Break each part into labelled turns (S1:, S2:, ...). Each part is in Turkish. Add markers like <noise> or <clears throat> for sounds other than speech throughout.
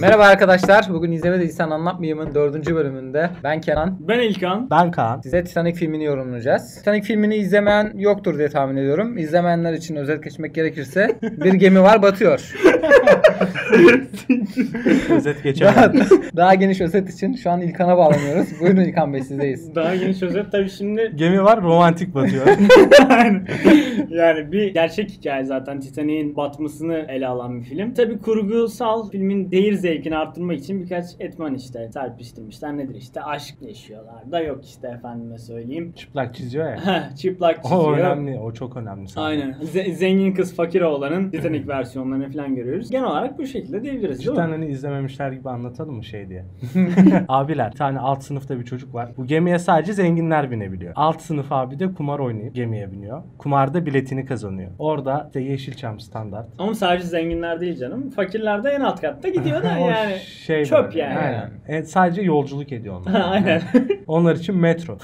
S1: Merhaba arkadaşlar. Bugün izlemedi insan anlatmayayımın 4. bölümünde ben Kenan.
S2: Ben İlkan.
S3: Ben Kaan.
S1: Size Titanic filmini yorumlayacağız. Titanic filmini izlemeyen yoktur diye tahmin ediyorum. İzlemeyenler için özet geçmek gerekirse bir gemi var batıyor.
S3: Özet
S1: Daha,
S3: geçemem.
S1: daha geniş özet için şu an İlkan'a bağlanıyoruz. Buyurun İlkan Bey sizdeyiz.
S2: Daha geniş özet tabii
S3: <laughs>
S2: şimdi
S3: Gemi var
S2: <laughs>
S3: romantik batıyor.
S2: Aynen. yani bir gerçek hikaye zaten Titanic'in batmasını ele alan bir film. Tabii kurgusal filmin değer zevkini arttırmak için birkaç etman işte serpiştirmişler. Nedir işte aşk yaşıyorlar da yok işte efendime söyleyeyim.
S3: Çıplak çiziyor ya.
S2: Çıplak çiziyor.
S3: O önemli. O çok önemli. sahne.
S2: Aynen. Ze- zengin kız fakir oğlanın Titanic versiyonlarını falan görüyoruz. Genel olarak bu şekilde diyebiliriz değil
S3: Cidden
S2: mi?
S3: hani izlememişler gibi anlatalım mı
S2: <laughs>
S3: şey diye. Abiler bir tane alt sınıfta bir çocuk var. Bu gemiye sadece zenginler binebiliyor. Alt sınıf abi de kumar oynayıp gemiye biniyor. Kumarda biletini kazanıyor. Orada işte Yeşilçam standart.
S2: Ama sadece zenginler değil canım. Fakirler de en alt katta gidiyor da
S3: O
S2: yani. <laughs>
S3: şey
S2: çöp
S3: böyle.
S2: yani.
S3: Aynen. E, sadece yolculuk ediyor onlar.
S2: <laughs> Aynen.
S3: Onlar
S2: <laughs>
S3: için metro.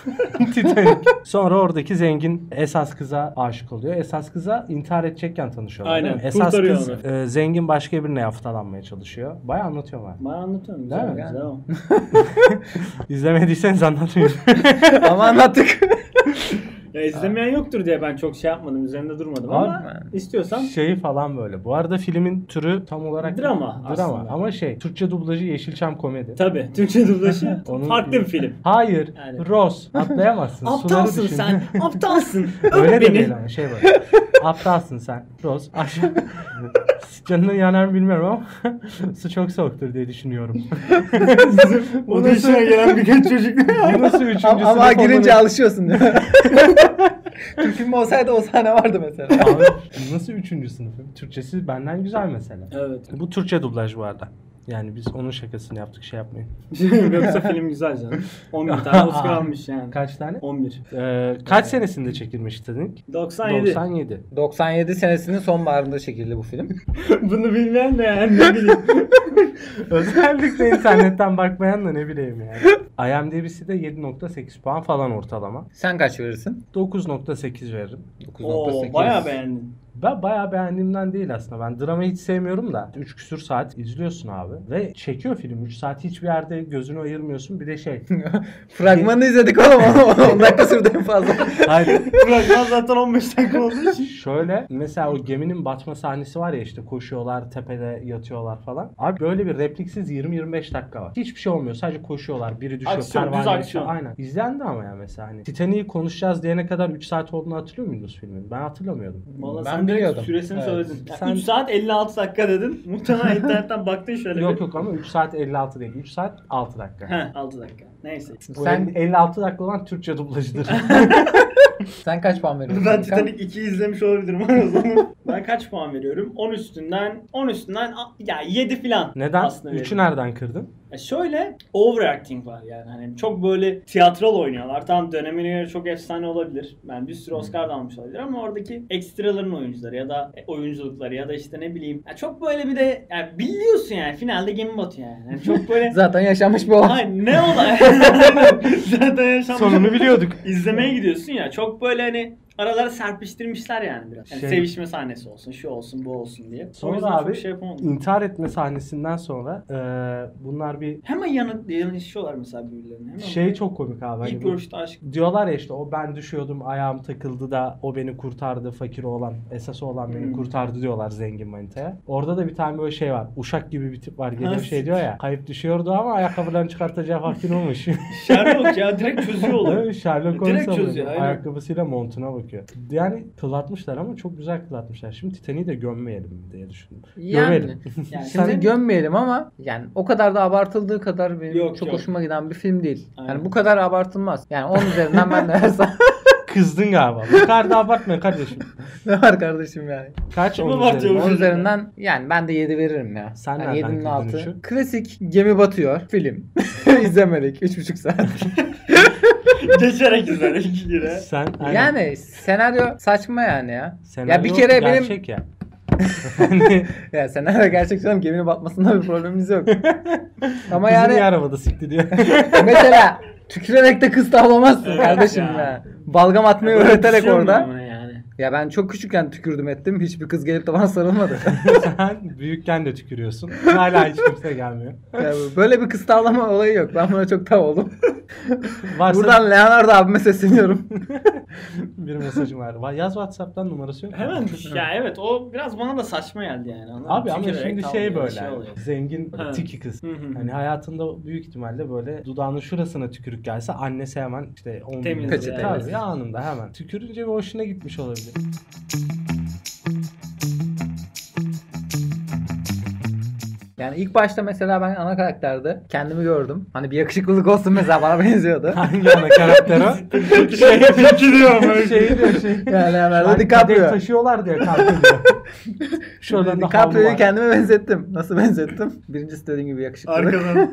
S3: Titanic. Sonra oradaki zengin esas kıza aşık oluyor. Esas kıza intihar edecekken tanışıyorlar.
S2: Aynen,
S3: değil mi? Esas
S2: kurtarıyor
S3: kız
S2: onu.
S3: e, zengin başka birine yaftalanmaya çalışıyor. Baya anlatıyorum ben.
S2: Bana anlatıyorum.
S3: Değil
S2: Güzel,
S3: mi?
S2: güzel ama. <laughs>
S3: İzlemediyseniz anlatmayayım.
S1: Ama anlattık.
S2: Ya izlemeyen yoktur diye ben çok şey yapmadım, üzerinde durmadım
S3: Var
S2: ama
S1: mı?
S2: istiyorsan
S3: Şeyi falan böyle. Bu arada filmin türü tam olarak
S2: Drama aslında.
S3: Ama şey Türkçe dublajı Yeşilçam komedi.
S2: tabi Türkçe
S3: <laughs>
S2: dublajı
S3: Onun-
S2: farklı bir film.
S3: Hayır.
S2: Yani.
S3: Ross. Atlayamazsın. Suları
S2: <laughs> Aptalsın
S3: düşün. <laughs>
S2: sen, aptalsın. Öyle
S3: Öyle de
S2: beni.
S3: değil ama şey <laughs> böyle. Aptalsın sen. Rose <laughs> aşağı. Canını yanar mı bilmiyorum ama <laughs> su çok soğuktur diye düşünüyorum. <laughs>
S2: O da işine gelen birkaç çocuk.
S3: Bu nasıl üçüncü
S1: Ama, ama
S3: sınıf
S1: girince
S3: olmanın-
S1: alışıyorsun değil mi? <laughs> Türk filmi olsaydı o sahne vardı mesela.
S3: Abi, bu nasıl üçüncü sınıfım? Türkçesi benden güzel mesela. <laughs>
S2: evet.
S3: Bu Türkçe dublaj bu arada. Yani biz onun şakasını yaptık şey yapmayın.
S2: Yoksa film güzel canım.
S3: <laughs>
S2: 11 tane Oscar almış yani.
S3: Kaç tane?
S2: 11.
S3: Ee, kaç senesinde çekilmiş dedik?
S2: 97.
S3: 97.
S1: 97 senesinin sonbaharında çekildi bu film.
S2: <laughs> Bunu bilmeyen de yani ne
S3: <laughs>
S2: bileyim.
S3: Özellikle internetten bakmayan da ne bileyim yani. IMDb'si de 7.8 puan falan ortalama.
S1: Sen kaç verirsin?
S3: 9.8 veririm.
S2: Oo bayağı beğendim.
S3: Ben bayağı beğendiğimden değil aslında. Ben dramayı hiç sevmiyorum da. 3 küsür saat izliyorsun abi. Ve çekiyor film. 3 saat hiçbir yerde gözünü ayırmıyorsun. Bir
S2: <laughs>
S3: de şey.
S1: <laughs> Fragmanını izledik oğlum. <laughs> 10 dakika sürdü en fazla.
S3: Hayır.
S2: Fragman zaten 15 dakika
S3: <laughs>
S2: olduğu için.
S3: Şöyle mesela o geminin batma sahnesi var ya işte koşuyorlar tepede yatıyorlar falan. Abi böyle bir repliksiz 20-25 dakika var. Hiçbir şey olmuyor sadece koşuyorlar biri düşüyor.
S2: Aksiyon, düz
S3: pervaneye-
S2: aksiyon.
S3: Aynen. İzlendi ama ya mesela hani Titanic'i konuşacağız diyene kadar 3 saat olduğunu hatırlıyor muydunuz filmin? Ben hatırlamıyordum.
S2: Valla
S1: Ben
S2: sen direkt
S1: biliyordum.
S2: süresini
S1: Evet.
S2: söyledin. Yani
S3: Sen-
S2: 3 saat 56 dakika dedin. Muhtemelen internetten baktın şöyle
S3: Yok
S2: bir.
S3: yok ama 3 saat 56 değil. 3 saat 6 dakika.
S2: Heh 6 dakika. Neyse.
S3: Bu
S1: Sen-
S3: Sen 56 dakika olan
S2: <laughs>
S3: Türkçe dublajıdır.
S1: <laughs>
S3: <laughs>
S1: Sen kaç puan veriyorsun?
S2: Ben
S1: Hakan?
S2: Titanic 2'yi izlemiş olabilirim <laughs> o zaman. ben kaç puan veriyorum? 10 üstünden 10 üstünden a- ya 7 falan.
S3: Neden?
S2: aslında
S3: Üçü
S2: veririm.
S1: er-
S3: nereden kırdın?
S2: Ya şöyle overacting var yani. Hani çok böyle tiyatral oynuyorlar. Tam dönemine göre çok efsane olabilir. Yani bir sürü Oscar da almış olabilir ama oradaki ekstraların oyuncuları ya da e, oyunculukları ya da işte ne bileyim. Ya çok böyle bir de ya biliyorsun yani finalde gemi batıyor yani. Yani çok böyle
S1: <laughs> Zaten yaşanmış bir şey olay.
S2: Hayır ne olay? <laughs> Zaten yaşanmış. <laughs>
S3: Sonunu biliyorduk.
S2: İzlemeye gidiyorsun ya çok böyle hani aralara serpiştirmişler yani biraz. Yani
S3: Şey-
S2: sevişme sahnesi olsun, şu olsun, bu olsun diye. o
S3: Sonra
S2: yüzden
S3: abi
S2: çok şey yapamadım.
S3: intihar etme sahnesinden sonra eee, bunlar bir
S2: Hemen yanı, yanışıyorlar mesela birbirlerine. Hemen
S3: şey çok komik abi. Hani
S2: İlk
S3: bu-
S2: görüşte aşk.
S3: diyorlar ya işte o ben düşüyordum ayağım takıldı da o beni kurtardı fakir olan esas olan beni
S2: Hmm.
S3: kurtardı diyorlar zengin manitaya. Orada da bir tane böyle şey var uşak gibi bir tip var
S2: Ha,
S3: geliyor şey diyor ya kayıp düşüyordu ama ayakkabılarını çıkartacağı vaktin
S2: <laughs>
S3: olmuş.
S2: Sherlock ya direkt çözüyor
S3: Değil
S2: oğlum. <laughs>
S3: mi? Sherlock
S2: Direkt
S3: Holmes alıyor.
S2: çözüyor, aynen.
S3: ayakkabısıyla montuna bakıyor. Yani kılatmışlar ama çok güzel kılatmışlar. Şimdi Titanic'i de gömmeyelim diye düşündüm.
S1: Yani.
S3: Gömelim.
S2: Yani
S1: Şimdi
S2: senin-
S1: gömmeyelim ama yani o kadar da abartıldığı kadar benim
S2: Yok,
S1: çok
S2: yok.
S1: hoşuma giden bir film değil.
S2: Aynen.
S1: Yani bu kadar abartılmaz. Yani 10 üzerinden
S2: <laughs>
S1: ben de versem-
S3: Kızdın galiba. Bu kadar da abartma kardeşim.
S1: ne var kardeşim yani?
S3: Kaç
S2: Kim
S3: onun
S2: abartıyor
S3: üzerinden?
S2: bu
S1: 10
S2: Üzerinden.
S1: üzerinden yani ben de 7 veririm ya.
S3: Sen
S1: yani
S3: nereden
S1: 7'nin
S3: kırdın
S1: altı.
S3: üçü?
S1: Klasik gemi batıyor film. <laughs> İzlemedik 3,5 saat.
S2: geçerek izledik
S3: <laughs>
S2: yine.
S3: Sen aynen.
S1: yani senaryo saçma yani ya. ya bir
S3: Senaryo
S1: kere benim <laughs>
S3: gerçek ya. Hani
S1: Ya sen nerede gerçek canım geminin batmasında bir problemimiz
S2: <laughs>
S1: yok. Ama
S3: Ama yani...
S1: yani
S3: niye arabada sikti diyor. <laughs>
S1: <laughs> mesela tükürerek de kız tavlamazsın
S2: Evet
S1: kardeşim
S2: ya.
S1: ya. Balgam atmayı
S2: Böyle
S1: öğreterek
S2: düşüyor mu
S1: orada.
S2: buna Yani.
S1: Ya ben çok küçükken tükürdüm ettim. Hiçbir kız gelip de bana
S2: <laughs>
S1: sarılmadı.
S3: Sen büyükken de tükürüyorsun. Hala hiç kimse gelmiyor.
S1: Ya böyle bir kıstallama olayı yok. Ben buna çok tav oldum.
S3: Varsa
S1: Buradan Leonardo abime sesleniyorum. <laughs>
S3: bir mesajım var. Va- Yaz WhatsApp'tan numarası yok. mu?
S2: Hemen düş. ya evet o biraz bana da saçma geldi yani. anladın mı?
S3: Abi ama
S2: Tükürerek
S3: şimdi
S2: tavlıyor,
S3: şey
S2: bir
S3: böyle
S2: oluyor.
S3: zengin
S2: Ha.
S3: tiki kız.
S2: Hı hı.
S3: Hani hayatında büyük ihtimalle böyle dudağının şurasına tükürük gelse annesi hemen işte 10 bin
S2: Temizliyor,
S3: lira-
S1: evet.
S3: Tabii ya anında hemen. Tükürünce bir hoşuna gitmiş olabilir. <laughs>
S1: Yani ilk başta mesela ben ana karakterde kendimi gördüm. Hani bir yakışıklılık olsun mesela bana
S2: <laughs>
S1: benziyordu.
S3: Hangi ana
S1: <laughs>
S3: karakter o?
S2: şey fikiriyor
S3: şey diyor şey.
S1: Yani Leonardo
S3: Lan kadeh
S1: DiCaprio.
S3: taşıyorlar diyor
S1: <laughs>
S3: kanka diyor. Şuradan da havlu
S1: DiCaprio'yu
S3: var.
S1: kendime benzettim. Nasıl benzettim? Birincisi dediğim gibi yakışıklılık.
S4: Arkadan.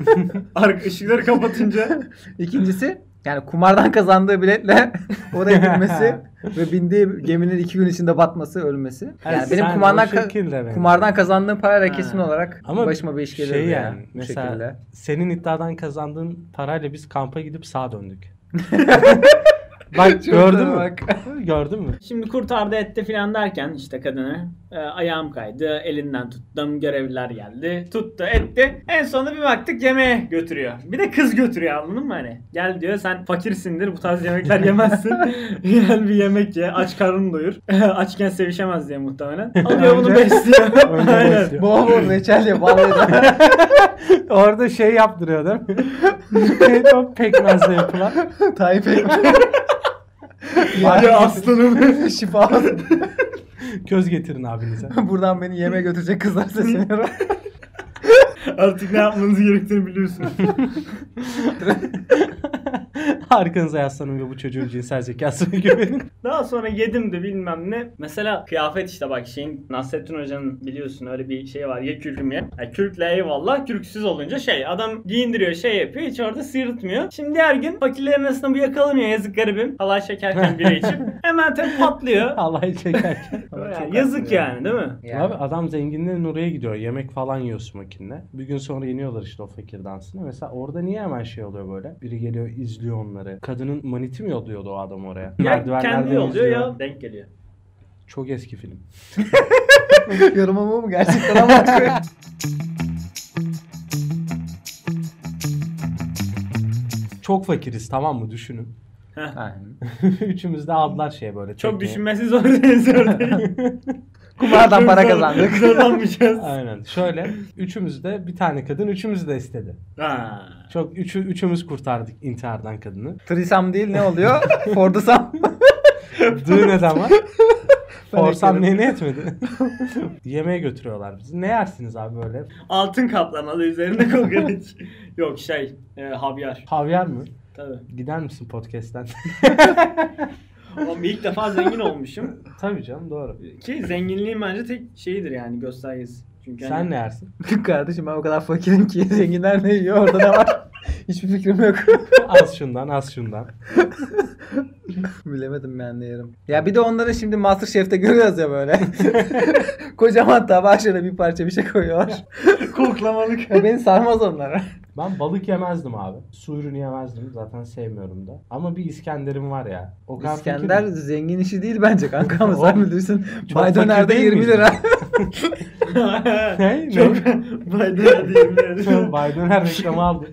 S4: Arka, ışıkları
S2: <laughs>
S4: kapatınca
S1: İkincisi yani kumardan kazandığı biletle
S3: <laughs>
S1: oraya girmesi ve bindiği geminin iki gün içinde batması, ölmesi. Yani,
S3: Yani
S1: benim
S3: sen
S1: kumardan
S3: o şekilde
S1: ka-
S3: mi?
S1: kumardan kazandığım parayla
S2: Ha.
S1: kesin olarak başıma bir iş geliyor
S3: şey
S1: yani, bu
S3: mesela <laughs>
S1: şekilde.
S3: senin iddiadan kazandığın parayla biz kampa gidip
S1: <laughs>
S3: sağa döndük. bak
S1: Çok
S3: gördün
S1: güzel
S3: mü?
S1: bak.
S3: Gördün mü?
S2: Şimdi kurtardı etti filan derken işte kadını e, ayağım kaydı elinden tuttum görevliler geldi tuttu etti en sonunda bir baktık yemeğe götürüyor bir de kız götürüyor anladın mı hani gel diyor sen fakirsindir bu tarz yemekler
S3: <laughs>
S2: yemezsin gel bir yemek ye aç karnını doyur <laughs> açken sevişemez diye
S3: <laughs>
S2: muhtemelen alıyor bunu
S1: Önce-
S2: besliyor
S3: Önce
S2: Aynen.
S3: besliyor.
S1: Bol bol reçel yap. vallahi
S3: <laughs>
S1: de.
S3: Orada şey yaptırıyor <laughs> değil mi? Neydi o pekmezle yapılan?
S1: Tayyip
S3: <laughs>
S1: Ekmek.
S4: ya aslanım.
S1: <laughs> Şifa olsun.
S3: Köz getirin abinize.
S1: Buradan beni yemeğe götürecek kızlar
S3: <laughs>
S1: sesleniyorum.
S4: Artık ne yapmanız gerektiğini biliyorsunuz.
S3: Arkanıza yaslanın ve bu çocuğun cinsel zekasına güvenin.
S2: Daha sonra yedim de bilmem ne. Mesela kıyafet işte bak şeyin Nasrettin Hoca'nın biliyorsun öyle bir şey var ya kürküm ya. Yani kürkle eyvallah kürksüz olunca şey adam giyindiriyor şey yapıyor hiç orada sıyırtmıyor. Şimdi her gün fakirlerin arasında bu yakalanıyor yazık garibim. Halay
S1: <laughs>
S2: şekerken bile içip hemen tabii patlıyor.
S3: Allah'ı çekerken.
S2: Yani yazık yani değil mi?
S1: Yani.
S3: Abi adam zenginliğe Nuri'ye gidiyor. Yemek falan yiyor smokinle. Bir gün sonra yeniyorlar işte o fakir dansını. Mesela orada niye hemen şey oluyor böyle? Biri geliyor izliyor onları. Kadının maniti mi yolluyordu o adam oraya?
S2: Ya kendi oluyor
S3: izliyor.
S2: ya denk geliyor.
S3: Çok eski film.
S1: Yorumum bu mu gerçekten
S3: <laughs>
S1: ama
S3: Çok fakiriz tamam mı düşünün. <laughs> Üçümüz de aldılar şey böyle.
S2: Çok
S3: tekneye.
S2: düşünmesi zor değil
S1: <laughs>
S2: zor değil.
S3: <laughs>
S1: Kumardan para kazandık.
S2: <laughs> Zorlanmayacağız.
S3: Aynen. Şöyle üçümüz de bir tane kadın üçümüzü de istedi.
S2: Ha.
S3: Çok üçü, üçümüz kurtardık intihardan kadını.
S1: Trisam değil ne oluyor?
S3: <laughs>
S1: Fordusam.
S3: Düğün neden var? Forsam
S1: ekledim.
S3: ne ne etmedi? <laughs> Yemeğe götürüyorlar bizi. Ne yersiniz abi böyle?
S2: Altın kaplamalı
S1: <laughs>
S2: üzerinde kokoreç. Yok şey e, havyar.
S3: Havyar mı?
S2: Tabii.
S3: Gider misin podcast'ten? <laughs>
S2: Oğlum ilk defa zengin olmuşum.
S3: Tabii canım doğru.
S2: Ki zenginliğin bence tek şeyidir yani göstergesi. Çünkü hani-
S3: Sen ne yersin?
S1: Kardeşim ben o kadar fakirim ki <laughs> zenginler ne yiyor orada ne var? <laughs> Hiçbir fikrim yok. <laughs>
S3: az şundan az şundan.
S1: Bilemedim ben de yerim. Ya bir de onları şimdi Masterchef'te görüyoruz ya böyle. <laughs> Kocaman tabağa şöyle bir parça bir şey <laughs> koyuyorlar.
S4: Koklamalık.
S1: Ya beni sarmaz onlara.
S3: Ben balık yemezdim abi. Su ürünü yemezdim. Zaten sevmiyorum da. Ama bir İskender'im var ya. O kadar
S1: İskender
S3: fakirim.
S1: zengin işi değil bence kanka ama sen
S3: Oğlum,
S1: bilirsin.
S3: çok fakir
S1: Baydoner'de
S3: değil
S1: 20
S3: miyiz?
S1: <laughs> lira.
S3: <laughs>
S2: <laughs>
S3: Ne?
S2: Çok
S3: Ne?
S2: Baydoner diyeyim
S3: <laughs>
S2: yani.
S3: Baydoner reklamı aldı.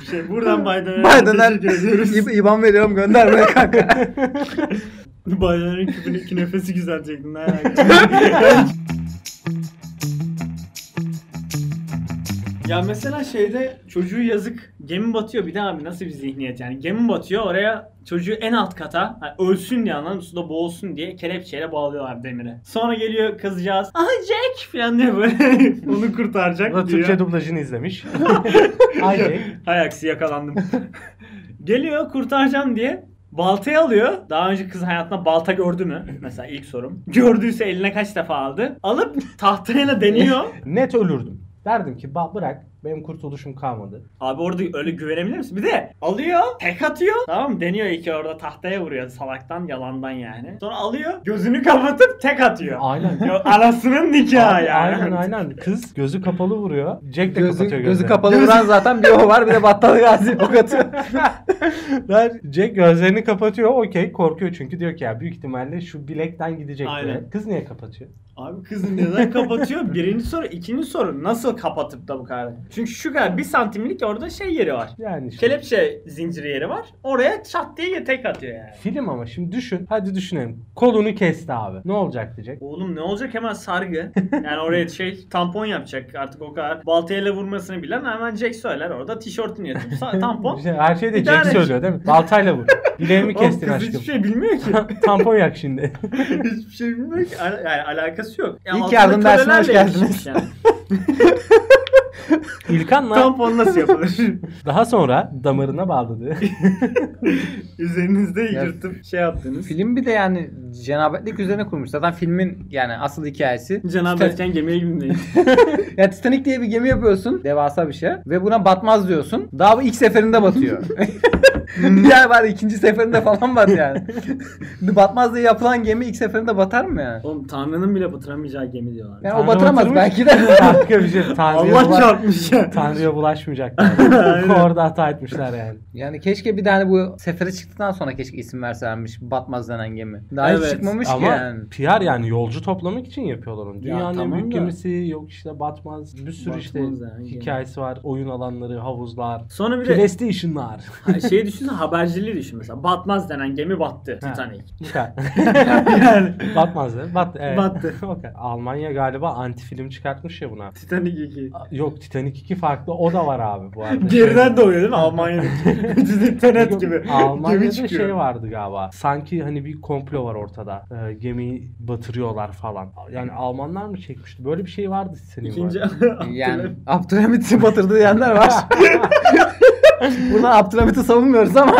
S4: Bir şey buradan Biden'a
S1: Baydoner
S4: teşekkür ediyoruz.
S1: İb- İban veriyorum gönder buraya <laughs> kanka.
S4: <laughs> Biden'ın küpün iki nefesi güzel çektin. ha.
S2: <laughs> Ya mesela şeyde çocuğu yazık gemi batıyor bir de abi nasıl bir zihniyet yani gemi batıyor oraya çocuğu en alt kata hani ölsün diye anladın mı? suda boğulsun diye kelepçeyle bağlıyorlar demire. Sonra geliyor kızcağız aha Jack falan diye böyle <laughs>
S4: Onu kurtaracak
S3: Bu da
S4: diyor.
S3: Türkçe dublajını
S1: <laughs>
S3: izlemiş. Haydi. <laughs>
S2: Hay aksi yakalandım. <laughs> Geliyor kurtaracağım diye baltayı alıyor. Daha önce kız hayatında balta gördü mü? Mesela ilk sorum. Gördüyse
S3: <laughs>
S2: eline kaç defa aldı? Alıp tahtayla deniyor.
S3: Net ölürdüm. Derdim ki "Ba- bırak Benim kurtuluşum kalmadı.
S2: Abi orada öyle güvenebilir misin? Bir de alıyor, tek atıyor. Tamam mı? Deniyor iki orada tahtaya vuruyor salaktan yalandan yani. Sonra alıyor, gözünü kapatıp tek
S3: <laughs>
S2: atıyor.
S3: Aynen.
S2: Ya anasının nikahı
S3: Abi,
S2: yani.
S3: Aynen aynen. Kız gözü kapalı vuruyor. Jack de
S1: Gözü,
S3: kapatıyor
S1: gözü
S3: gözlerini.
S1: kapalı
S3: <laughs>
S1: vuran zaten bir o var bir de Battal Gazi ok atıyor.
S3: Lan Jack gözlerini kapatıyor. Okey korkuyor çünkü diyor ki ya büyük ihtimalle şu bilekten gidecek
S2: Aynen.
S3: diye. Kız niye kapatıyor?
S2: Abi kızın neden kapatıyor? Birinci soru, ikinci soru nasıl kapatıp da bu kadar? Çünkü şu kadar bir santimlik orada şey yeri var.
S3: Yani işte.
S2: Kelepçe zinciri yeri var. Oraya çat diye tek atıyor yani.
S3: Film ama şimdi düşün. Hadi düşünelim. Kolunu kesti abi. Ne olacak diyecek.
S2: Oğlum ne olacak hemen sargı. Yani oraya şey tampon yapacak artık o kadar. Baltayla vurmasını bilen hemen Jack söyler orada tişörtünü yatıp
S3: <laughs>
S2: sa- tampon.
S3: İşte her şeyi de
S2: Bir
S3: Jack
S2: tane-
S3: söylüyor değil mi? Baltayla vur. Bileğimi
S2: Oğlum
S3: kestin
S2: kız
S3: aşkım.
S2: hiçbir şey bilmiyor ki.
S3: <laughs>
S2: <laughs>
S3: Tampon yak şimdi.
S2: hiçbir şey bilmiyor ki. Al- yani alakası yok. Ya
S1: İlk
S2: altında
S1: yardım dersine
S2: kölelerle
S1: hoş geldiniz.
S2: yetişmiş yani.
S3: İlkan'la
S2: tampon nasıl yapılır?
S3: daha sonra damarına bağladı.
S2: Üzerinizde
S1: Ya-
S2: yırtıp
S1: <laughs>
S2: şey
S1: <laughs>
S2: yaptınız.
S1: Film bir de yani cenabetlik üzerine kurmuş. Zaten filmin yani asıl hikayesi.
S2: Cenab-ı Erken gemiye gidin
S1: <laughs> Ya Titanic diye bir gemi yapıyorsun. Devasa bir şey. Ve buna batmaz diyorsun. Daha bu ilk seferinde batıyor. <laughs>
S3: Hmm.
S1: Diğer var ikinci seferinde falan
S3: <laughs>
S1: bat yani. <laughs> batmaz diye yapılan gemi ilk seferinde batar mı yani?
S2: Oğlum Tanrı'nın bile batıramayacağı gemi diyorlar.
S1: Yani
S3: Tanrı
S1: o batıramaz
S3: batırmış.
S1: belki de. <laughs>
S3: Harika bir şey. Tanrı'ya,
S2: Allah
S3: bula-
S2: çarpmış
S3: <laughs>
S2: ya.
S3: Tanrı'ya bulaşmayacaklar. Orada hata etmişler yani.
S1: yani keşke bir tane bu sefere çıktıktan sonra keşke isim verselermiş. Batmaz denen gemi. Daha
S2: Evet,
S1: hiç çıkmamış
S3: Ama
S1: ki yani.
S3: PR yani yolcu toplamak için yapıyorlar onu. Dünyanın en
S2: tamam
S3: büyük
S2: da-
S3: gemisi yok işte batmaz. Bir sürü
S2: Batmaz
S3: işte
S2: yani.
S3: hikayesi var. Oyun alanları, havuzlar.
S2: Sonra bir de
S3: PlayStation'lar.
S2: Hayır, şeyi düşünsene haberciliği düşün mesela. Batmaz denen gemi battı.
S3: Ha. <laughs>
S2: Titanic.
S3: Bu
S2: <laughs>
S3: kadar.
S2: yani
S3: Batmaz değil mi? Bat, evet.
S2: Battı.
S3: <laughs> O kadar. Almanya galiba anti film çıkartmış ya buna.
S2: Titanic 2.
S3: A- Yok Titanic 2 farklı o da var abi bu arada.
S2: Geriden
S3: Şey-
S2: doğuyor değil mi?
S3: <laughs>
S2: Almanya'daki. Bizim tenet gibi.
S3: Almanya'da
S2: Gemi çıkıyor.
S3: şey vardı galiba. Sanki hani bir komplo var ortada. Ee, gemiyi batırıyorlar falan. Yani Almanlar mı çekmişti? Böyle bir şey vardı senin
S2: İkinci <laughs>
S1: Yani Abdülhamit'i batırdığı yerler
S3: <laughs>
S1: var. Buradan Abdülhamit'i savunmuyoruz
S3: <laughs>
S1: ama.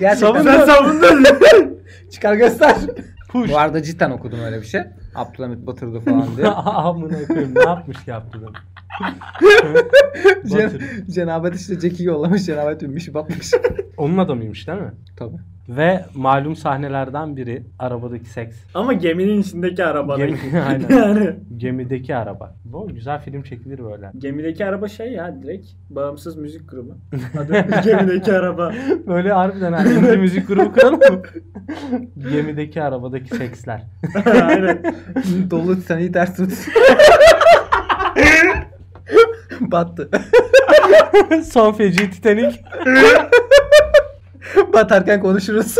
S1: Gerçekten
S2: Sen savundun.
S1: çıkar göster.
S3: Push.
S1: Bu arada cidden okudum öyle bir şey. Abdülhamit batırdı falan
S3: <laughs>
S1: diye.
S3: Amına koyayım ne yapmış ki Abdülhamit?
S1: Cen- Cenabet işte Jack'i yollamış. Cenabet binmiş
S3: <laughs>
S1: batmış.
S3: Onun adamıymış değil mi?
S1: Tabii.
S3: Ve malum sahnelerden biri arabadaki seks.
S2: Ama geminin içindeki araba.
S3: Gemi- <laughs> aynen.
S2: yani.
S3: Gemideki araba. Bu güzel film çekilir böyle.
S2: Gemideki araba şey ya direkt bağımsız müzik grubu. Adı <laughs> gemideki araba.
S3: Böyle harbiden ha. indie müzik grubu kuralım mı? Gemideki arabadaki seksler.
S2: Aynen.
S1: Dolu Titanic'i ters tut.
S3: <laughs>
S1: Battı. <laughs>
S3: Son feci Titanic.
S1: Batarken konuşuruz.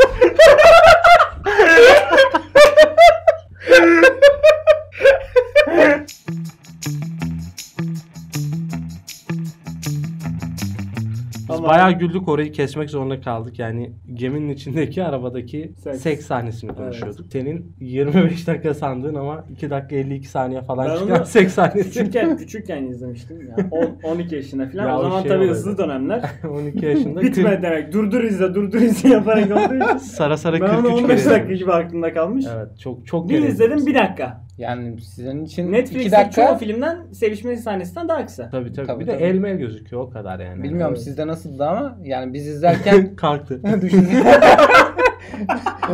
S3: Biz
S2: Ama-
S3: bayağı güldük orayı kesmek zorunda kaldık. Yani geminin içindeki arabadaki
S2: Seks.
S3: seks, sahnesini konuşuyorduk. Senin 25 dakika sandığın ama 2 dakika 52 saniye falan
S2: Ben
S3: çıkan
S2: onu- <laughs>
S3: seks <laughs> sahnesi.
S2: Küçükken, küçükken izlemiştim ya. 10, 12 yaşında falan.
S3: Ya
S2: o
S3: o
S2: zaman
S3: şey
S2: tabii
S3: olaydı.
S2: hızlı dönemler.
S3: 12 yaşında.
S2: Bitme demek. Durdur izle, durdur izle yaparak olduğu
S3: <laughs>
S2: için.
S3: Sara sara
S2: Ben
S3: 43
S2: onu
S3: kere
S2: 15 dakika
S3: izledim.
S2: gibi aklımda kalmış.
S3: Evet çok çok
S2: Bir
S3: kere
S2: izledim
S3: izledim.
S2: bir dakika.
S1: Yani sizin için iki
S2: Netflix'te
S1: dakika.
S2: çoğu filmden sevişme sahnesinden daha
S3: <laughs>
S2: kısa.
S3: Tabii tabii.
S1: Tabii,
S3: bir de
S1: tabii.
S3: el mel gözüküyor o kadar yani.
S1: Bilmiyorum sizde nasıldı ama yani biz
S3: <laughs>
S1: izlerken
S3: Kalktı.
S1: düşündüm.
S3: <laughs>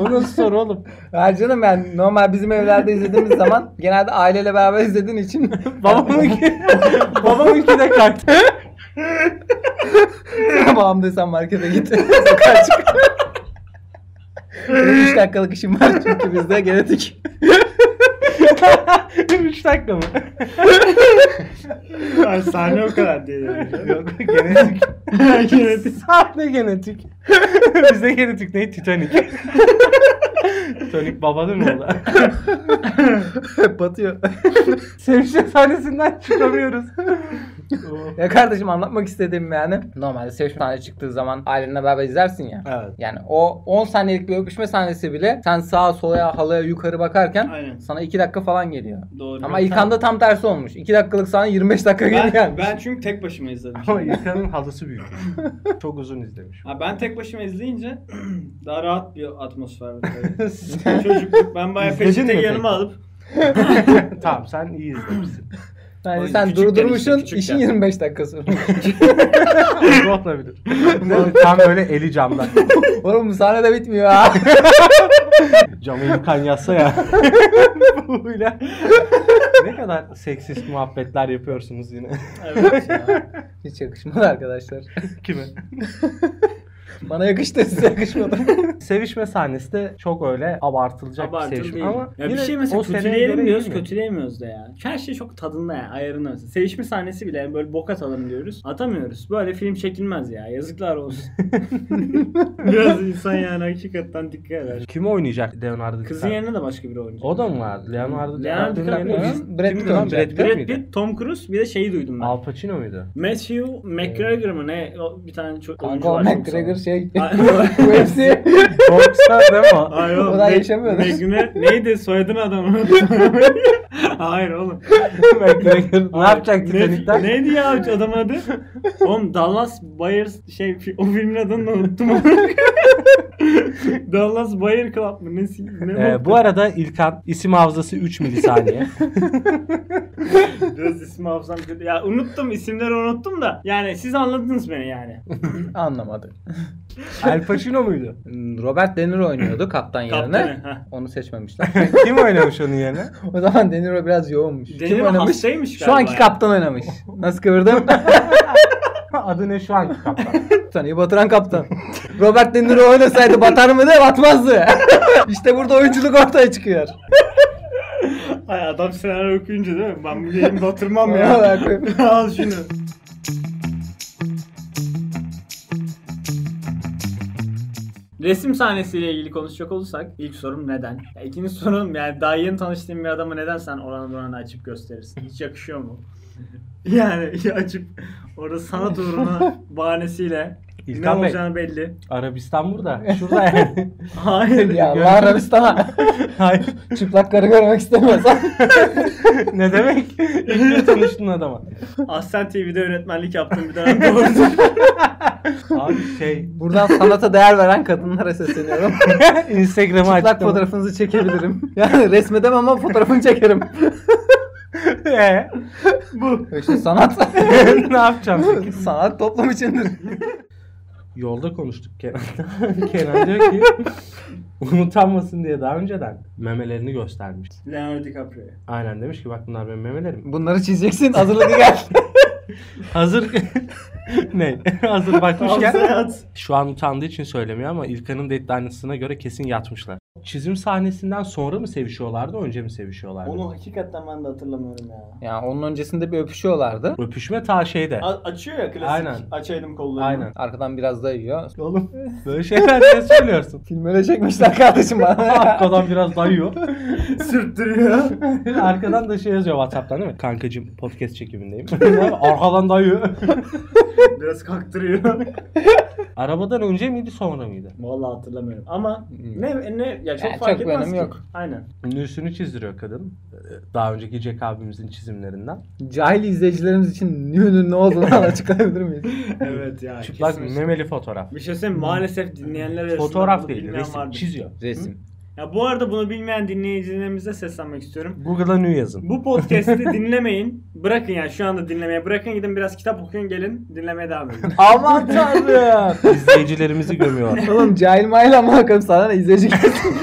S3: o nasıl soru oğlum?
S1: Hayır canım yani normal bizim evlerde izlediğimiz zaman genelde aileyle beraber izlediğin
S3: <laughs>
S1: için
S3: Babamınki, babamınki de kalktı. <laughs>
S1: <laughs> babam da sen markete git. <laughs> Sokağa çık. 3 dakikalık işim var çünkü bizde genetik.
S3: 3 dakika mı?
S2: Ay sahne o kadar değil.
S3: Yok genetik. Sahne genetik. <laughs> Bizde genetik ne? <laughs> Titanic. Titanic babadır mı <laughs> o da?
S1: Hep <laughs> batıyor. <laughs>
S3: Sevişe sahnesinden çıkamıyoruz.
S1: Ya kardeşim anlatmak istediğim yani. Normalde sevişme sahnesi çıktığı zaman ailenle beraber izlersin ya.
S3: <laughs> evet.
S1: Yani o 10 saniyelik bir öpüşme sahnesi bile sen sağa sola halaya yukarı bakarken
S2: <laughs> Aynen.
S1: sana 2 dakika falan geliyor.
S2: Doğru.
S1: Ama İlkan'da tam tersi olmuş. 2 dakikalık sahne 25 dakika geri
S2: ben,
S1: gelmiş.
S2: ben çünkü tek başıma izledim.
S3: Ama İlkan'ın halısı büyük. Çok uzun <laughs> izlemiş.
S2: Ha, ben tek başıma izleyince <clears throat> daha rahat bir atmosfer var.
S3: <laughs>
S2: Çocukluk ben bayağı
S3: İzledin mi
S2: peçete
S3: <laughs> peki?
S2: yanıma alıp
S3: tamam sen iyi izlemişsin.
S1: Yani
S5: Oyun
S1: sen
S5: küçükken
S1: durdurmuşsun
S5: işte, küçükken.
S1: işin 25 dakikası.
S3: Bu olabilir. Oğlum Tam böyle eli camdan.
S1: Oğlum bu sahne de bitmiyor ha. <laughs>
S3: Camı imkan yazsa ya. Böyle. ne kadar seksist muhabbetler yapıyorsunuz <laughs> yine.
S2: Evet ya.
S1: Hiç yakışmadı arkadaşlar.
S3: Kime?
S1: Bana yakıştı size yakışmadı.
S3: Sevişme sahnesi de çok öyle abartılacak bir
S2: Abartılı
S3: sevişme.
S2: değil.
S3: Ama
S2: ya bir
S3: yine
S2: şey mesela
S3: o seneye
S2: kötüleyelim
S3: göre
S2: diyoruz,
S3: iyi mi?
S2: kötüleyemiyoruz da ya. Her şey çok tadında ya, ayarında mesela. Sevişme sahnesi bile böyle bok atalım diyoruz. Atamıyoruz. Böyle film çekilmez ya. Yazıklar <laughs> olsun.
S4: Biraz insan yani hakikaten dikkat eder.
S3: Kim oynayacak Leonardo DiCaprio?
S2: Kızın yerine de başka biri oynayacak.
S3: O da mı vardı? Leonardo
S2: Leonardo
S3: DiCaprio'nun
S2: DiCaprio.
S3: yerine-
S1: Brad Pitt
S3: Kimdi lan?
S1: oynayacak.
S3: Brad
S2: Brad
S3: miydi?
S2: Pitt, Tom Cruise bir de şeyi duydum ben.
S3: Al Pacino <laughs> muydu?
S2: Matthew McGregor mu ne? O bir tane çok oyuncu
S1: Kanka o
S2: var. çok
S1: McGregor
S2: sağlam.
S1: şey
S2: <laughs> Ay-
S1: UFC.
S3: Bokslar değil mi? o?
S4: Hayır
S1: O
S4: oğlum.
S1: kadar
S4: ne-
S1: yaşamıyoruz.
S4: Megne- neydi soyadını adamın? Hayır oğlum.
S3: McGregor. ne yapacak Titanic'ten?
S4: Ne, neydi ya adamın
S3: <laughs>
S4: adı?
S2: Oğlum Dallas Buyers şey fi- o filmin adını da
S3: <laughs>
S2: unuttum.
S4: Dallas Bayer Club mı? Nesi? Ne
S3: Ee, bu arada İlkan isim hafızası 3 <laughs> milisaniye.
S2: Biraz isim hafızam kötü. Ya unuttum isimleri unuttum da. Yani siz anladınız beni yani.
S1: Anlamadı.
S3: Al Pacino muydu?
S1: Robert De Niro oynuyordu kaptan yerine.
S2: Kaptanı, ha.
S1: Onu seçmemişler. <laughs>
S3: Kim oynamış onun yerine?
S1: o zaman De Niro biraz yoğunmuş.
S2: De Niro
S1: Şu
S2: hastaymış galiba
S1: anki
S2: ya.
S1: kaptan
S2: <laughs>
S1: oynamış. Nasıl kıvırdım? <laughs>
S3: Adı ne şu anki kaptan?
S1: Tanıyı batıran kaptan. Robert De Niro oynasaydı batar mıydı? Batmazdı. <laughs> işte burada oyunculuk ortaya
S2: <laughs>
S1: çıkıyor.
S4: Ay adam senaryo okuyunca değil mi? Ben bu yayını batırmam
S1: Vallahi
S4: ya.
S1: koyayım.
S4: <laughs> Al şunu.
S2: Resim sahnesiyle ilgili konuşacak olursak ilk sorum neden? Ya ikinci sorum yani daha yeni tanıştığın bir adama neden sen oranı buranı açıp gösterirsin? Hiç yakışıyor mu? <laughs>
S4: Yani ya açıp orada sanat
S3: <laughs>
S4: uğruna bahanesiyle ne
S3: İlkan Bey.
S4: olacağını belli.
S3: Arabistan burada. Şurada yani.
S4: Hayır.
S1: ya Allah Arabistan'a.
S3: <laughs> Hayır.
S1: Çıplak karı görmek
S2: <laughs>
S1: istemiyorsan.
S3: ne demek? İlk kez tanıştın adama.
S4: Aslen TV'de yönetmenlik yaptım bir dönem doğrusu. <laughs>
S3: Abi şey.
S1: Buradan sanata değer veren kadınlara sesleniyorum.
S3: <laughs> Instagram'ı açtım.
S1: Çıplak
S3: <laughs>
S1: fotoğrafınızı çekebilirim. <laughs> Yani resmedem ama fotoğrafını çekerim.
S3: Ee?
S1: <laughs>
S3: <laughs>
S1: İşte sanat.
S3: ne yapacağım
S1: <laughs>
S3: peki?
S1: sanat toplum içindir.
S3: Yolda konuştuk Kenan'la. <laughs> Kenan diyor ki unutanmasın diye daha önceden memelerini göstermiş.
S2: Leonardo DiCaprio'ya.
S3: Aynen demiş ki bak bunlar
S1: <laughs>
S3: benim memelerim.
S1: Bunları çizeceksin hazırlıklı gel.
S3: <laughs> Hazır <laughs> ne? Hazır
S4: Hamza
S3: bakmışken.
S4: yat.
S3: Şu an utandığı için söylemiyor ama İlkan'ın deadline'ına göre kesin yatmışlar. Çizim sahnesinden sonra mı sevişiyorlardı, önce mi sevişiyorlardı?
S2: Onu hakikaten ben de hatırlamıyorum ya.
S1: ya onun öncesinde bir öpüşüyorlardı.
S3: Öpüşme ta şeyde.
S2: A- açıyor ya klasik.
S3: Aynen.
S2: Açaydım kollarını. <laughs>
S3: Aynen.
S1: Arkadan biraz da yiyor.
S3: Oğlum böyle şeyler
S1: <laughs>
S3: ne söylüyorsun?
S1: Film öyle çekmişler kardeşim <laughs> bana.
S3: Arkadan biraz dayıyor.
S2: <laughs>
S4: Sürttürüyor.
S3: Arkadan da şey yazıyor Whatsapp'tan değil mi? Kankacım podcast <laughs> çekimindeyim. Arkadan dayıyor.
S4: Biraz kaktırıyor.
S3: Arabadan önce miydi sonra mıydı?
S2: Vallahi hatırlamıyorum ama
S1: Hmm.
S2: ne ne ya çok
S1: Yani
S2: fark
S1: çok bir
S2: etmez
S1: önemi
S2: ki.
S1: yok.
S2: Aynen.
S3: Nürsünü çizdiriyor kadın. Ee, Daha önceki Jack abimizin çizimlerinden.
S1: Cahil izleyicilerimiz için nünün ne olduğunu <laughs> açıklayabilir miyiz?
S4: evet ya.
S3: Çıplak
S4: kesin.
S3: memeli fotoğraf.
S2: Bir şey söyleyeyim maalesef dinleyenler arasında
S3: Fotoğraf
S2: bunu
S3: değil,
S2: bilmeyen
S3: resim.
S2: vardır.
S3: Çiziyor.
S1: Resim.
S2: Ya bu arada bunu bilmeyen dinleyicilerimize seslenmek istiyorum.
S3: Google'a nü yazın.
S2: Bu podcast'i dinlemeyin. Bırakın yani şu anda dinlemeye. Bırakın gidin biraz kitap okuyun gelin. Dinlemeye devam edin.
S3: Aman tanrım. <laughs> İzleyicilerimizi gömüyor.
S1: Oğlum cahil mail ama bakalım sana ne izleyici gelsin.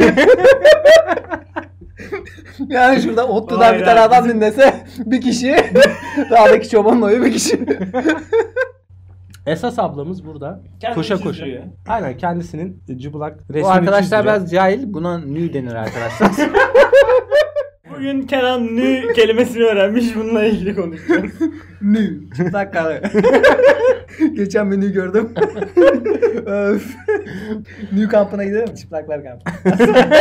S1: <laughs> yani şurada Ottu'dan
S4: Vay
S1: bir
S4: be.
S1: tane adam dinlese bir <laughs> kişi. Dağdaki çobanın oyu bir kişi.
S3: Esas ablamız burada.
S2: Kendini
S3: koşa koşa.
S2: çizdiriyor.
S3: Aynen kendisinin cıbılak resmini
S1: Bu arkadaşlar
S3: çizdiriyor.
S1: biraz cahil. Buna nü denir arkadaşlar.
S2: Bugün Kenan nü kelimesini öğrenmiş. Bununla ilgili konuşacağız.
S1: <laughs> nü. Çıplak karı. Geçen bir nü <laughs> gördüm. Öf. nü kampına gidelim mi? Çıplaklar kampı. <laughs>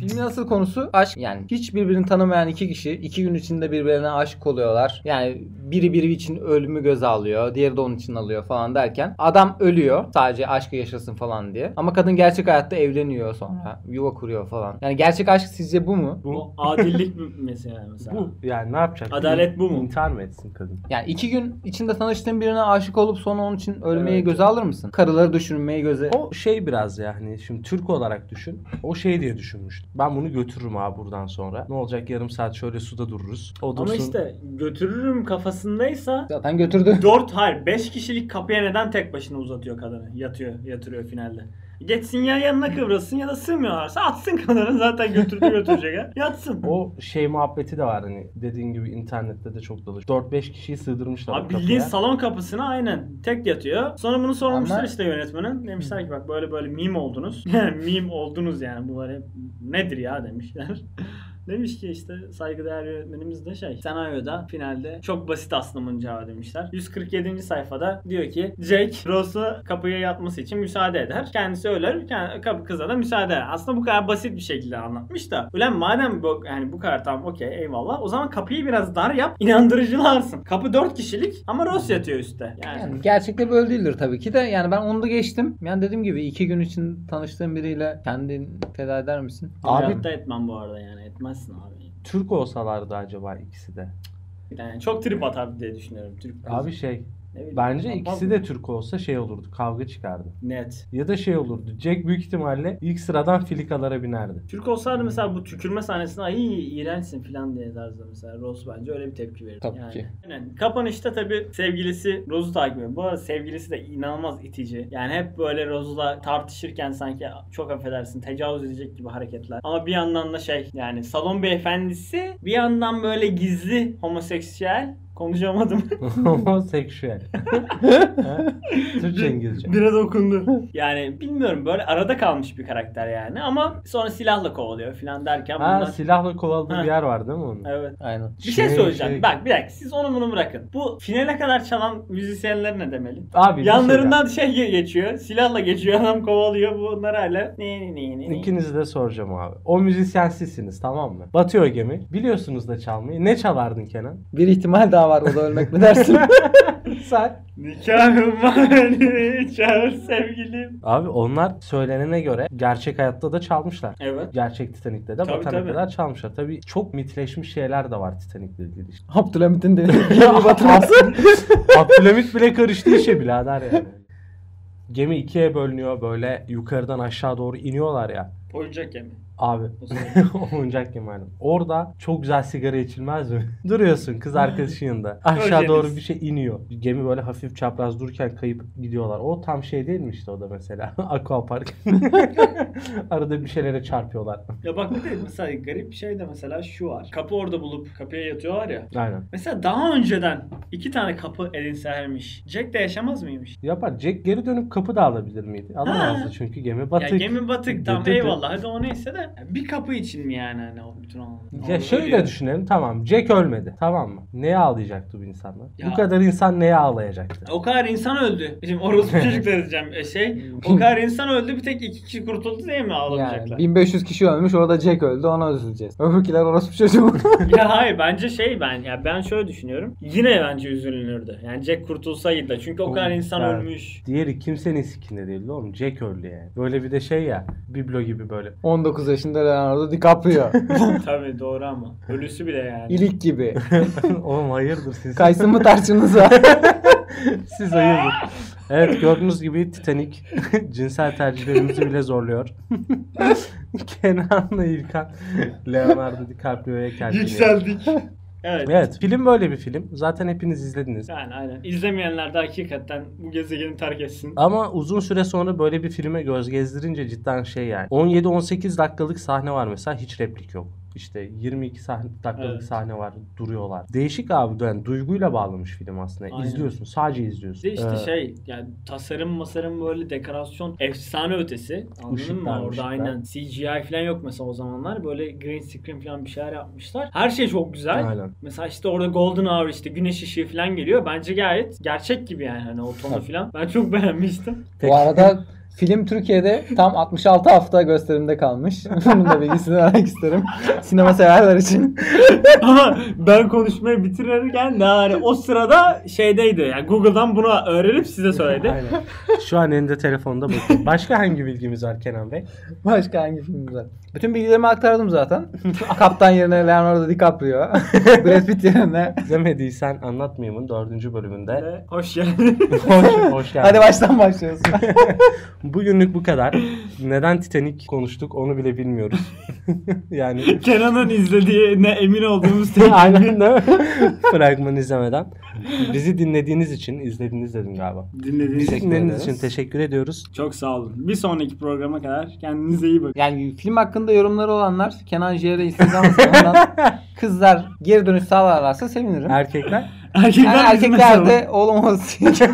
S1: Filmin asıl konusu aşk. Yani hiç birbirini tanımayan iki kişi iki gün içinde birbirlerine aşık oluyorlar. Yani biri biri için ölümü göze alıyor. Diğeri de onun için alıyor falan derken. Adam ölüyor sadece aşkı yaşasın falan diye. Ama kadın gerçek hayatta evleniyor sonra. Yuva kuruyor falan. Yani gerçek aşk sizce bu mu?
S3: Bu,
S2: Bu adillik mi- mesela mesela.
S3: <laughs> bu yani ne yapacak?
S2: Adalet bu mu?
S3: İntihar mı etsin kadın?
S1: Yani iki gün içinde tanıştığın birine aşık olup sonra onun için ölmeyi
S3: Evet.
S1: göze alır mısın? Karıları düşürmeyi göze...
S3: O şey biraz yani şimdi Türk olarak düşün. O şey diye düşünmüştüm. Ben bunu götürürüm abi buradan sonra. Ne olacak yarım saat şöyle suda dururuz. O dursun.
S2: Ama işte götürürüm kafasındaysa
S1: Zaten götürdü.
S2: 4 hayır 5 kişilik kapıya neden tek başına uzatıyor kadını? Yatıyor, yatırıyor finalde. Geçsin ya yanına kıvrılsın ya da sığmıyorlarsa atsın kadını zaten götürdü götürecek ha. Yatsın.
S3: O şey muhabbeti de var hani dediğin gibi internette de çok dolu. 4-5 kişiyi sığdırmışlar o
S2: Abi bildiğin
S3: kapıya.
S2: salon kapısına aynen tek yatıyor. Sonra bunu sormuşlar
S1: Ama-
S2: işte yönetmenin. Demişler ki bak böyle böyle meme oldunuz. <laughs> Yani meme oldunuz yani bu böyle nedir ya demişler. Demiş ki işte saygıdeğer yönetmenimiz de şey senaryoda finalde çok basit aslında bunun cevabı demişler. 147. sayfada diyor ki Jake Ross'u kapıya yatması için müsaade eder. Kendisi ölür kend- kapı kıza da müsaade eder. Aslında bu kadar basit bir şekilde anlatmış da ulan madem bu, yani bu kadar tamam okey eyvallah o zaman kapıyı biraz dar yap inandırıcılarsın. Kapı 4 kişilik ama Ross yatıyor üstte.
S1: <laughs>
S2: Yani,
S1: Yani gerçekte böyle değildir tabii ki de. Yani ben onu da geçtim. Yani dediğim gibi iki gün için tanıştığın biriyle kendini feda eder misin?
S3: Abi-
S2: hayatta etmem bu arada yani etmezsin abi.
S3: Türk olsalardı acaba ikisi de.
S2: Yani çok trip atar diye düşünüyorum. Türk
S3: Abi şey
S2: Ne bileyim,
S3: bence
S2: yapmaz
S3: ikisi
S2: mı?
S3: de Türk olsa şey olurdu kavga çıkardı.
S2: net.
S3: Ya da şey olurdu. Jack büyük ihtimalle ilk sıradan filikalara binerdi. <laughs>
S2: Türk olsaydı mesela bu tükürme sahnesine ay iğrençsin falan diye tarzda mesela Rose bence öyle bir tepki verir.
S1: Tabii
S2: yani.
S1: ki.
S2: Aynen. Kapanışta tabii sevgilisi Rose'u takip ediyor. Bu arada sevgilisi de inanılmaz itici. Yani hep böyle Rose'la tartışırken sanki çok affedersin tecavüz edecek gibi hareketler. Ama bir yandan da şey yani salon beyefendisi bir yandan böyle gizli homoseksüel
S1: <laughs>
S2: konuşamadım.
S3: Homoseksüel.
S2: <laughs>
S3: Ha? Türkçe İngilizce.
S4: Bire dokundu.
S2: Yani bilmiyorum böyle arada kalmış bir karakter yani ama sonra silahla kovalıyor falan derken
S3: Ha
S2: bunlar...
S3: silahla kovaladığı
S2: Ha.
S3: bir yer var değil mi onun?
S2: Evet.
S1: Aynen.
S2: Bir şey,
S3: Şey,
S2: söyleyeceğim.
S3: şey.
S2: Bak bir dakika siz onu bunu bırakın. Bu finale kadar çalan müzisyenler ne demeli?
S3: Abi bir şey daha.
S2: Yanlarından şey ge- geçiyor. Silahla geçiyor. Adam kovalıyor. Bunlar hala ne ne ne ne, ne.
S3: İkinizi de soracağım abi. O müzisyen sizsiniz tamam mı? Batıyor gemi. Biliyorsunuz da çalmayı. Ne
S2: <laughs>
S3: çalardın Kenan?
S1: Bir ihtimal daha var o da ölmek mi <laughs> dersin?
S3: Sen.
S2: Nikahım var. Çağır sevgilim.
S3: Abi onlar söylenene göre gerçek hayatta da çalmışlar.
S2: Evet.
S3: Gerçek Titanik'te de
S2: Tabii,
S3: batana
S2: tabii.
S3: kadar çalmışlar. Tabii çok mitleşmiş şeyler de var Titanik'le ilgili. işte. <laughs>
S1: Abdülhamit'in dediği gibi batırması.
S3: Abdülhamit bile karıştı işe birader yani. Gemi ikiye bölünüyor böyle yukarıdan aşağı doğru iniyorlar ya.
S2: Oyuncak yemi.
S3: Abi
S2: O
S3: <laughs>
S2: zaman.
S3: oyuncak gemi hanım. Orada çok güzel sigara içilmez mi? <laughs> Duruyorsun kız arkadaşın yanında. Aşağı
S2: Öyleniz.
S3: doğru bir şey iniyor. Gemi böyle hafif çapraz dururken kayıp gidiyorlar. O tam şey değil mi işte o da mesela? <laughs> Aquapark. Arada bir şeylere çarpıyorlar.
S2: ya bak bir de mesela garip bir şey de mesela şu var. Kapı orada bulup kapıya yatıyorlar ya.
S3: Aynen.
S2: Mesela daha önceden iki tane kapı edinselermiş. Jack de yaşamaz mıymış?
S3: Yapar. Jack geri dönüp kapı da alabilir miydi? Alamazdı çünkü gemi batık.
S2: Ya gemi batık tam
S3: Dı dı dı.
S2: eyvallah hadi o neyse de ya bir kapı için mi yani hani o bütün o-
S3: Ya
S2: o-
S3: şöyle düşünelim tamam Jack ölmedi tamam mı? Neye ağlayacaktı bu insanlar?
S2: Ya.
S3: Bu kadar insan neye ağlayacaktı?
S2: O kadar insan öldü. Şimdi
S3: <laughs>
S2: orospu çocuklar diyeceğim e, şey. O kadar insan öldü bir tek iki kişi kurtuldu diye mi
S1: yani
S2: ağlamayacaklar?
S1: 1500 kişi ölmüş orada Jack öldü ona üzüleceğiz. Öbürkiler orospu çocuğu. <laughs>
S2: ya hayır bence şey ben ya ben şöyle düşünüyorum. Yine bence üzülünürdü. Yani Jack kurtulsaydı da çünkü o kadar
S3: Oğlum,
S2: insan
S3: evet. <laughs>
S2: ölmüş.
S3: Diğeri kimsenin sikinde değildi oğlum. Jack öldü yani. Böyle bir de şey ya. Biblo gibi böyle.
S1: 19 yaşında Leonardo DiCaprio.
S2: Tabii doğru ama ölüsü bile yani.
S1: İlik gibi.
S3: <laughs> oğlum hayırdır siz?
S1: Kaysın mı tarçınıza?
S3: <laughs> siz hayırdır? Evet gördüğünüz gibi Titanic <laughs> cinsel tercihlerimizi bile zorluyor. <laughs> Kenan'la İlkan Leonardo DiCaprio'ya kendini.
S2: Evet.
S3: Evet film böyle bir film. Zaten hepiniz izlediniz.
S2: Yani aynen. İzlemeyenler de hakikaten bu gezegeni terk etsin.
S3: Ama uzun süre sonra böyle bir filme göz gezdirince cidden şey yani. 17-18 dakikalık sahne var mesela hiç replik yok. İşte 22 sahne, dakikalık
S2: Evet.
S3: sahne var duruyorlar. Değişik abi yani duyguyla bağlamış film aslında.
S2: Aynen.
S3: İzliyorsun sadece izliyorsun.
S2: Bir de işte
S3: Ee,
S2: şey yani tasarım masarım böyle dekorasyon efsane ötesi. Anladın
S3: Işıklar,
S2: mı? Orada
S3: mışıklar.
S2: aynen CGI falan yok mesela o zamanlar. Böyle green screen falan bir şeyler yapmışlar. Her şey çok güzel.
S3: Aynen.
S2: Mesela işte orada golden hour işte güneş ışığı falan geliyor. Bence gayet gerçek gibi yani hani o tonu falan. Ben çok beğenmiştim. <laughs>
S1: Bu arada Film Türkiye'de tam 66 hafta gösterimde kalmış. <laughs> Bunun da bilgisini vermek isterim. Sinema severler için. <laughs>
S2: Ama ben konuşmayı bitirirken de hani o sırada şeydeydi. Yani Google'dan bunu öğrenip size
S3: <laughs>
S2: söyledi.
S3: Aynen. Şu an elinde telefonda bakıyorum. Başka hangi bilgimiz var Kenan Bey?
S1: Başka hangi film güzel? Bütün bilgilerimi aktardım <laughs> zaten. Kaptan yerine Leonardo <laughs> DiCaprio. Brad Pitt yerine.
S3: İzlemediysen anlatmayayımın dördüncü bölümünde.
S2: Ve Hoş geldin. <laughs>
S3: hoş, hoş geldin.
S1: Hadi baştan başlıyoruz.
S3: Bugünlük bu kadar. Neden Titanic konuştuk onu bile bilmiyoruz. <laughs>
S1: <laughs>
S3: yani
S2: Kenan'ın izlediğine emin
S3: <laughs>
S2: olduğumuz tek
S3: aynen de fragmanı izlemeden. Bizi dinlediğiniz için, izlediniz dedim galiba.
S2: dinlediğiniz
S3: Bizi
S1: Teşekkür
S2: için.
S3: dinlediğiniz
S1: ederiz.
S3: için teşekkür ediyoruz.
S2: Çok sağ olun. Bir sonraki programa kadar kendinize iyi bakın.
S1: <laughs> Yani film hakkında yorumları olanlar Kenan Ciğer'e Instagram hesabından <laughs> kızlar geri dönüş sağlarlarsa sevinirim.
S3: Erkekler
S2: Erkekler,
S1: Yani
S2: bizim
S1: <laughs> erkekler
S2: hesabı.
S1: de oğlum olsun.